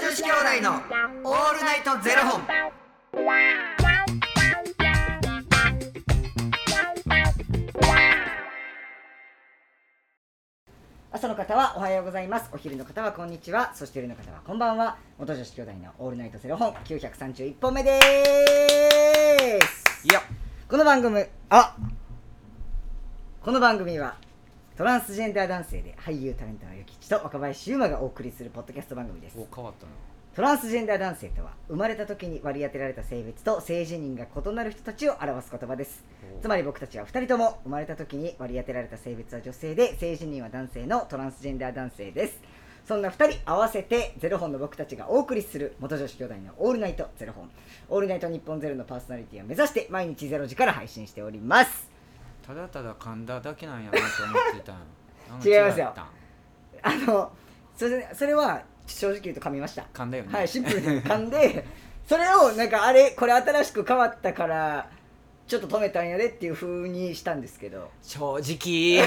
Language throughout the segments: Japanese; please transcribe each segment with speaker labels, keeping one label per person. Speaker 1: 子兄弟のオールナイトゼロ本。
Speaker 2: 朝の方はおはようございますお昼の方はこんにちはそして夜の方はこんばんは元女子兄弟のオールナイトゼロ本931本目です
Speaker 1: いや、
Speaker 2: この番組あこの番組はトランスジェンダー男性で俳優タレントのゆきちと若林優馬がお送りするポッドキャスト番組です
Speaker 1: お、変わったな。
Speaker 2: トランスジェンダー男性とは生まれた時に割り当てられた性別と性自認が異なる人たちを表す言葉です
Speaker 1: お
Speaker 2: つまり僕たちは2人とも生まれた時に割り当てられた性別は女性で性自認は男性のトランスジェンダー男性ですそんな2人合わせてゼロ本の僕たちがお送りする元女子兄弟の「オールナイトゼロ本」「オールナイト日本ゼロのパーソナリティを目指して毎日ゼロ時から配信しております
Speaker 1: ただただ噛んだだけなんやなと思ってたんよなんか
Speaker 2: 違いますよ
Speaker 1: ったん
Speaker 2: あのそれそれは正直言うと噛みました
Speaker 1: 噛んだよね。
Speaker 2: はい、シンプルに噛んで、それをなんかあれ、これ新しく変わったから、ちょっと止めたんやでっていう風にしたんですけど、
Speaker 1: 正直。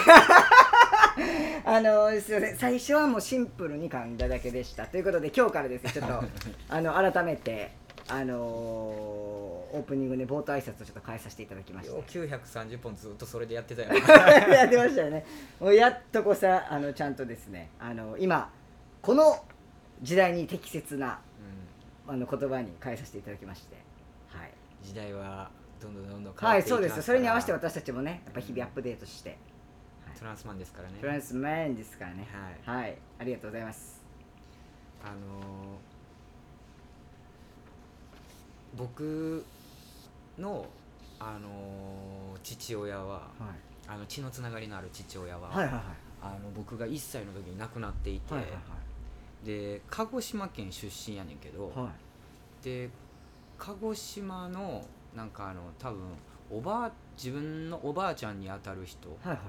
Speaker 2: あのすいません、最初はもうシンプルに噛んだだけでした。ということで、今日からですね、ちょっ とあの改めて、あのーオープニングで冒頭挨拶をちょっと変えさせていただきました。
Speaker 1: 930本ずっとそれでやってたよ。
Speaker 2: やってましたよね。もうやっとこさ、あのちゃんとですね、あの今、この時代に適切な
Speaker 1: うん
Speaker 2: あの言葉に変えさせていただきまして。はい
Speaker 1: 時代はどんどんどんどん変わ
Speaker 2: は
Speaker 1: っ
Speaker 2: い
Speaker 1: ていき
Speaker 2: そう
Speaker 1: ますから
Speaker 2: ですそれに合わせて私たちもねやっぱ日々アップデートして
Speaker 1: トランスマンですからね。
Speaker 2: フランスメンですからね
Speaker 1: はい。
Speaker 2: はい、ありがとうございます
Speaker 1: あのー僕の、あのー父親は
Speaker 2: はい
Speaker 1: あの血のつながりのある父親は、
Speaker 2: はいはいはい
Speaker 1: あの僕が1歳の時に亡くなっていて、
Speaker 2: はいはい
Speaker 1: で鹿児島県出身やねんけど、
Speaker 2: はい
Speaker 1: で鹿児島のなんかあの多分おばあ自分のおばあちゃんにあたる人
Speaker 2: はいはい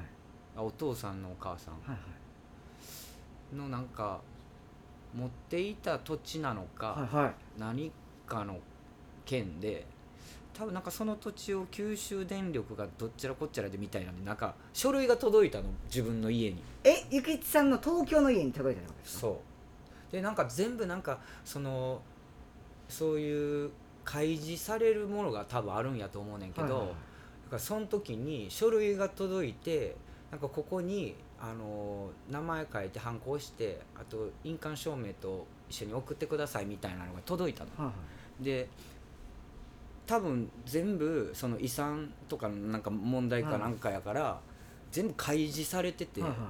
Speaker 1: あお父さんのお母さん
Speaker 2: はい
Speaker 1: のなんか持っていた土地なのか、
Speaker 2: はいはいはい
Speaker 1: 何かの県で多分なんかその土地を九州電力がどっちらこっちゃらでみたいなんでなんか書類が届いたの自分の家に
Speaker 2: えゆきちさんの東京の家に届いたってことですか
Speaker 1: そうでなんか全部なんかそのそういう開示されるものが多分あるんやと思うねんけど、
Speaker 2: はいはいはい
Speaker 1: だからその時に書類が届いてなんかここにあの名前書いて反抗してあと印鑑証明と一緒に送ってくださいみたいなのが届いたの。
Speaker 2: はいはい
Speaker 1: で多分全部その遺産とかのなんか問題かなんかやから、全部開示されてて、
Speaker 2: はいはい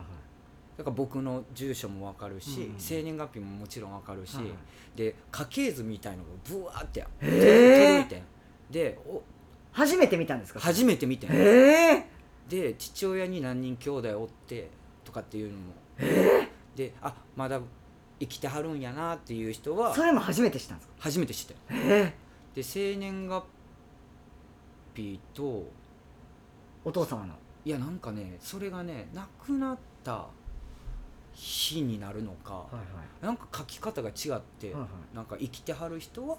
Speaker 1: だから僕の住所も分かる
Speaker 2: う
Speaker 1: し
Speaker 2: んうん
Speaker 1: 生、年月日ももちろん分かるし、
Speaker 2: はいはい
Speaker 1: で家系図みたいのがブワーって
Speaker 2: へー
Speaker 1: 届いてんでお
Speaker 2: 初めて見たんですか
Speaker 1: 初
Speaker 2: め
Speaker 1: めて見てん
Speaker 2: え
Speaker 1: で父親に何人兄弟おってとかっていうのも、であまだ生きてはるんやなっていう人
Speaker 2: ー、
Speaker 1: は
Speaker 2: それも初めて知ったんですか
Speaker 1: 初めて知ってん
Speaker 2: えー、
Speaker 1: で生年月日と
Speaker 2: お父様の
Speaker 1: いやなんかねそれがね亡くなった日になるのか、
Speaker 2: はいはい
Speaker 1: なんか書き方が違って、
Speaker 2: はいは
Speaker 1: なんか生きてはる人は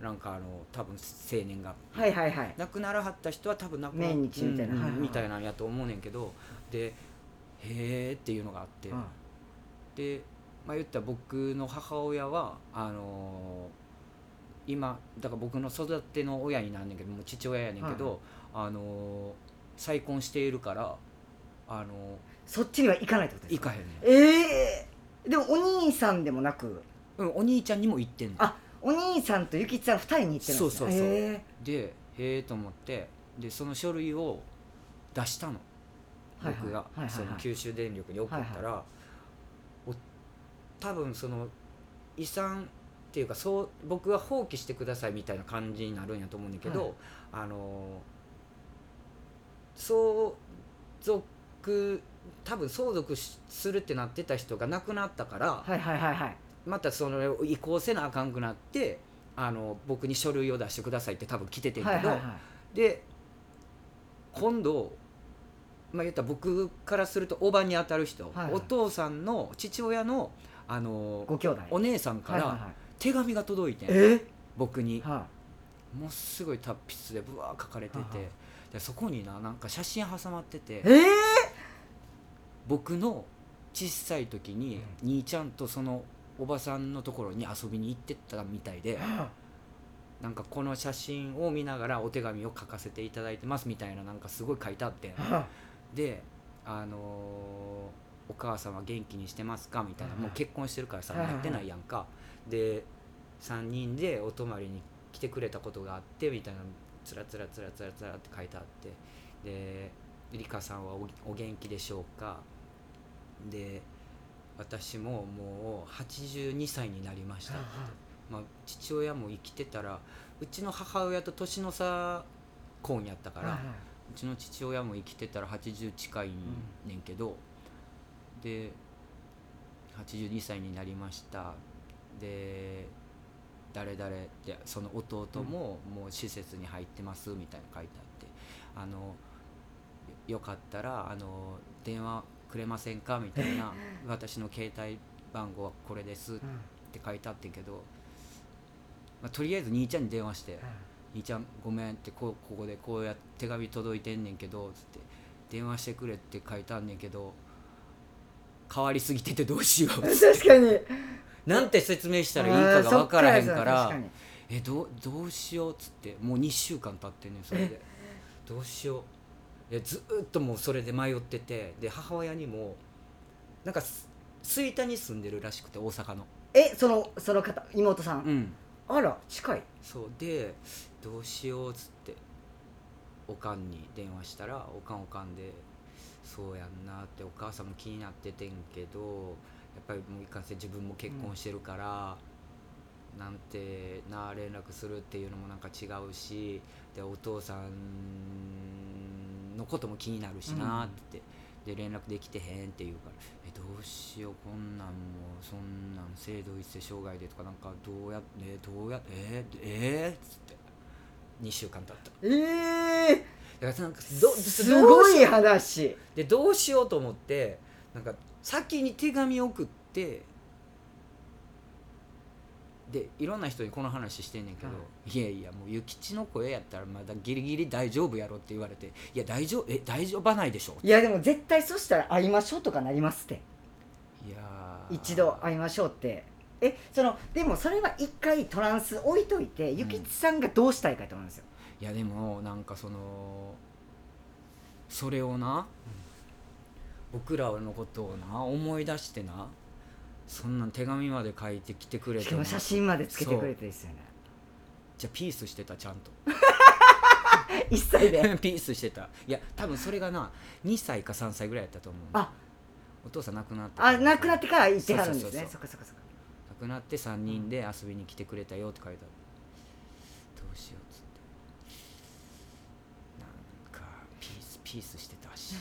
Speaker 1: なんかあの多分生年が
Speaker 2: はいはいはい
Speaker 1: 亡くならはった人は多分亡くな
Speaker 2: 命日みたいな
Speaker 1: うん
Speaker 2: はいはいはい
Speaker 1: みたいなんやと思うねんけどで「へえ」っていうのがあって、
Speaker 2: はい
Speaker 1: で、まあ、言ったら僕の母親はあのー今だから僕の育ての親になんねんけどもう父親やねんけど、あのー再婚しているから、あの
Speaker 2: そっちには行かないってこと
Speaker 1: ー
Speaker 2: です
Speaker 1: 行
Speaker 2: か
Speaker 1: かへんねん、
Speaker 2: えー、でもお兄さんでもなく
Speaker 1: うん、お兄ちゃんにも行ってんの
Speaker 2: あお兄さんとゆきちさん二人に行ってるんですね
Speaker 1: そうそうそう
Speaker 2: え
Speaker 1: でへえと思ってでその書類を出したの
Speaker 2: はいはい
Speaker 1: 僕が
Speaker 2: はいはいはい
Speaker 1: その九州電力に送ったら、お多分その遺産っていうかそう僕は放棄してくださいみたいな感じになるんやと思うんだけど、
Speaker 2: はい
Speaker 1: あの相続多分相続しするってなってた人が亡くなったから、
Speaker 2: ーはいはいはいはい
Speaker 1: またその移行せなあかんくなってあの僕に書類を出してくださいって多分来ててんけど、
Speaker 2: はいはいは
Speaker 1: で今度まあ言ったら僕からするとおばに当たる人、
Speaker 2: はいはい
Speaker 1: お父さんの父親のあ
Speaker 2: い
Speaker 1: の
Speaker 2: ご兄弟
Speaker 1: お姉さんか
Speaker 2: はいはい
Speaker 1: ら
Speaker 2: はい
Speaker 1: 手紙が届いてん、
Speaker 2: え
Speaker 1: 僕に
Speaker 2: ー、は
Speaker 1: もうすごい達筆でぶわー書かれてて、
Speaker 2: はいはい
Speaker 1: でそこにななんか写真挟まってて
Speaker 2: いえー、
Speaker 1: 僕の小さい時に兄ちゃんとそのおばさんのところに遊びに行ってったみたいで
Speaker 2: あ
Speaker 1: なんかこの写真を見ながらお手紙を書かせていただいてますみたいななんかすごい書いてあって
Speaker 2: あ
Speaker 1: であのーお母様元気にしてますか?」みたいな
Speaker 2: うんうん
Speaker 1: もう結婚してるからさ
Speaker 2: うんうん
Speaker 1: 会ってないやんかで3人でお泊まりに来てくれたことがあってみたいなつらつらつらつらつらって書いてあってで「りかさんはおお元気でしょうか?」で私ももう82歳になりましたってまあ、父親も生きてたらうちの母親と年の差婚やったから、うちの父親も生きてたら80近いんねんけど、で82歳になりましたで誰々ってその弟ももう施設に入ってますみたいな書いてあって、あのよかったらあの電話くれませんかみたいな私の携帯番号はこれですってって書いてあってんけど、まあ、とりあえず兄ちゃんに電話して「兄ちゃんごめん」ってこうここでこうやって手紙届いてんねんけどつって「電話してくれ」って書いてあんねんけど変わりすぎててどうしよう
Speaker 2: 確かに
Speaker 1: なんて説明したらいいかが分からへんか
Speaker 2: あーそっやな
Speaker 1: ら
Speaker 2: 確かに
Speaker 1: えどうどうしようっつってもう2週間経ってんねんそれでどうしよういやずーっともうそれで迷っててで母親にもなんかす吹田に住んでるらしくて大阪の
Speaker 2: えそのその方妹さん、
Speaker 1: うん
Speaker 2: あら近い
Speaker 1: そうでどうしようっつっておかんに電話したらおかんおかんでそうやんなってお母さんも気になっててんけどやっぱりもういかんせん自分も結婚してるから、なんてな連絡するっていうのもなんか違うしでお父さんのことも気になるしなって、で連絡できてへんって言うからえどうしようこんなんもうそんなん性同一性障害でとかなんかどうやってえどうやってえー、えー、っつって2週間経った
Speaker 2: ええ
Speaker 1: だからなんか
Speaker 2: ー、
Speaker 1: ど
Speaker 2: すご
Speaker 1: どうし
Speaker 2: い
Speaker 1: よ
Speaker 2: 話
Speaker 1: うでどうしようと思ってなんか先に手紙送ってでいろんな人にこの話してんねんけど、、
Speaker 2: はい
Speaker 1: やいやもう諭吉の声やったらまだギリギリ大丈夫やろって言われていや大丈夫え大丈夫ないでしょ
Speaker 2: いやでも絶対そしたら会いましょうとかなりますって
Speaker 1: いやー
Speaker 2: 一度会いましょうってえそのでもそれは一回トランス置いといて
Speaker 1: ん
Speaker 2: 諭吉、さんがどうしたいかと思うんですよ
Speaker 1: いやでもなんかそのそれをな、僕らのことをな思い出してなそんなん手紙まで書いてきてくれ
Speaker 2: してか
Speaker 1: な
Speaker 2: も写真までつけてく
Speaker 1: そ
Speaker 2: れ
Speaker 1: う
Speaker 2: てですよね
Speaker 1: じゃあピースしてたちゃんと
Speaker 2: 一切で
Speaker 1: ピースしてたいや多分それがな2歳か3歳ぐらいやったと思う
Speaker 2: あ
Speaker 1: お父さん亡くなって
Speaker 2: あなくなってから行ってはるんで
Speaker 1: そ
Speaker 2: す
Speaker 1: うそうそ
Speaker 2: ね
Speaker 1: うそう
Speaker 2: そっかそっかそっか
Speaker 1: 亡くなって3人で遊びに来てくれたよって書いてあるどうしようっつってなんかピースピースしてたし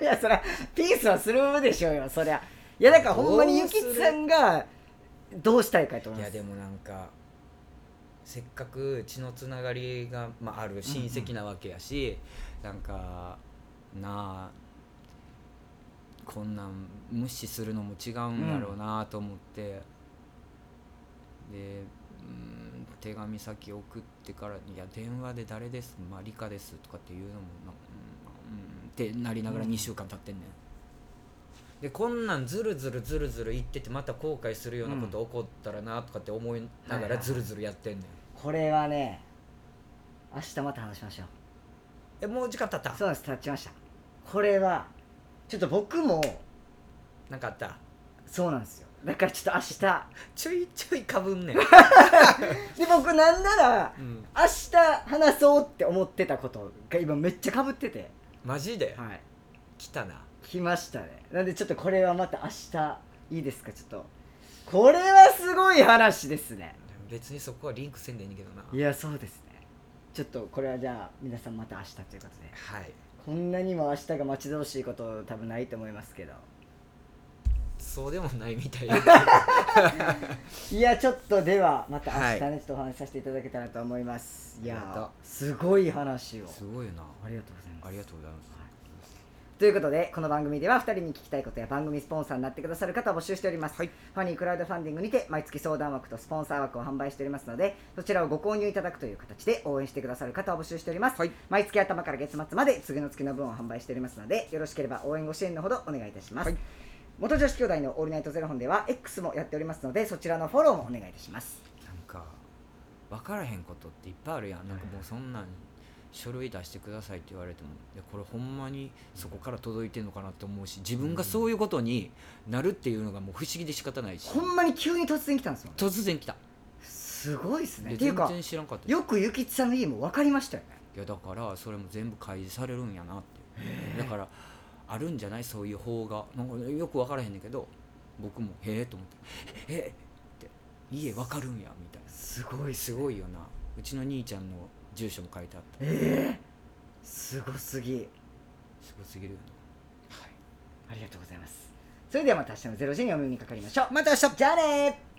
Speaker 2: いやそりゃピースはするでしょうよそりゃいやだからほんまに
Speaker 1: ど
Speaker 2: ゆ
Speaker 1: う
Speaker 2: き
Speaker 1: する
Speaker 2: つさんがどうしたいかと思
Speaker 1: い
Speaker 2: いま
Speaker 1: や
Speaker 2: す
Speaker 1: でもなんかせっかく血のつながりが、まあ、ある親戚なわけやし、なんかなあこんなん無視するのも違うんだろうなと思って、でうん手紙先送ってから「いや電話で誰ですまあ理科です」とかっていうのもなうんうんってなりながら
Speaker 2: うん
Speaker 1: 2週間経ってんねん。でこんなんずるずるずるずる言っててまた後悔するようなこと起こったらなとかって思いなが
Speaker 2: はいはい
Speaker 1: ら
Speaker 2: はい
Speaker 1: ずるずるやってんねん、
Speaker 2: これはね明日また話しましょう
Speaker 1: えもう時間経った
Speaker 2: そうなんです立ちましたこれはちょっと僕も
Speaker 1: なんかあった
Speaker 2: そうなんですよだからちょっと明日
Speaker 1: ちょいちょいかぶ んねん、
Speaker 2: で僕なんなら
Speaker 1: うん、
Speaker 2: 明日話そうって思ってたことが今めっちゃかぶってて
Speaker 1: マジで、
Speaker 2: はい
Speaker 1: 来たな
Speaker 2: 来ましたねなんでちょっとこれはまた明日いいですかちょっとこれはすごい話ですね
Speaker 1: 別にそこはリンクせんでいいねんけどない
Speaker 2: やそうですねちょっとこれはじゃあ皆さんまた明日ということで
Speaker 1: はい
Speaker 2: こんなにも明日が待ち遠しいこと多分ないと思いますけど
Speaker 1: そうでもないみたい はい
Speaker 2: いやちょっとではまた
Speaker 1: は
Speaker 2: 明
Speaker 1: い
Speaker 2: 日ね、ちょっとお話しさせていただけたらと思いますい
Speaker 1: ありがと
Speaker 2: や
Speaker 1: う
Speaker 2: ーすごい話を
Speaker 1: すごいよな
Speaker 2: ありがとうございます
Speaker 1: ありがとうございます、
Speaker 2: ということでこの番組では2人に聞きたいことや番組スポンサーになってくださる方を募集しております、
Speaker 1: はい
Speaker 2: ファニークラウドファンディングにて毎月相談枠とスポンサー枠を販売しておりますのでそちらをご購入いただくという形で応援してくださる方を募集しております、
Speaker 1: はい
Speaker 2: 毎月頭から月末まで次の月の分を販売しておりますのでよろしければ応援ご支援のほどお願いいたします、
Speaker 1: はい
Speaker 2: 元女子兄弟のオールナイトゼロ本では X もやっておりますのでそちらのフォローもお願いいたします
Speaker 1: なんか分からへんことっていっぱいあるやんなんかもうそんなん書類出してくださいって言われてもいやこれほんまにそこから届いてんのかなって思うし自分がそういうことになるっていうのがもう不思議で仕方ないし
Speaker 2: ほんまに急に突然来たんですよね
Speaker 1: 突然来た
Speaker 2: すごいですね
Speaker 1: で
Speaker 2: っていう
Speaker 1: 全
Speaker 2: か
Speaker 1: 然知らんかった
Speaker 2: よくゆきちさんの家も分かりましたよね
Speaker 1: いやだからそれも全部開示されるんやなってだからあるんじゃないそういう法がなんかよく分からへんねんけど僕もへえと思って「ええって「家分かるんや」みたいな
Speaker 2: すごいっ
Speaker 1: すごいよなうちの兄ちゃんの住所も書いてあった
Speaker 2: ええすごすぎ
Speaker 1: すごすぎるよな
Speaker 2: ありがとうございますそれではまた明日の0時にお目にかかりましょうまた明日じゃあねー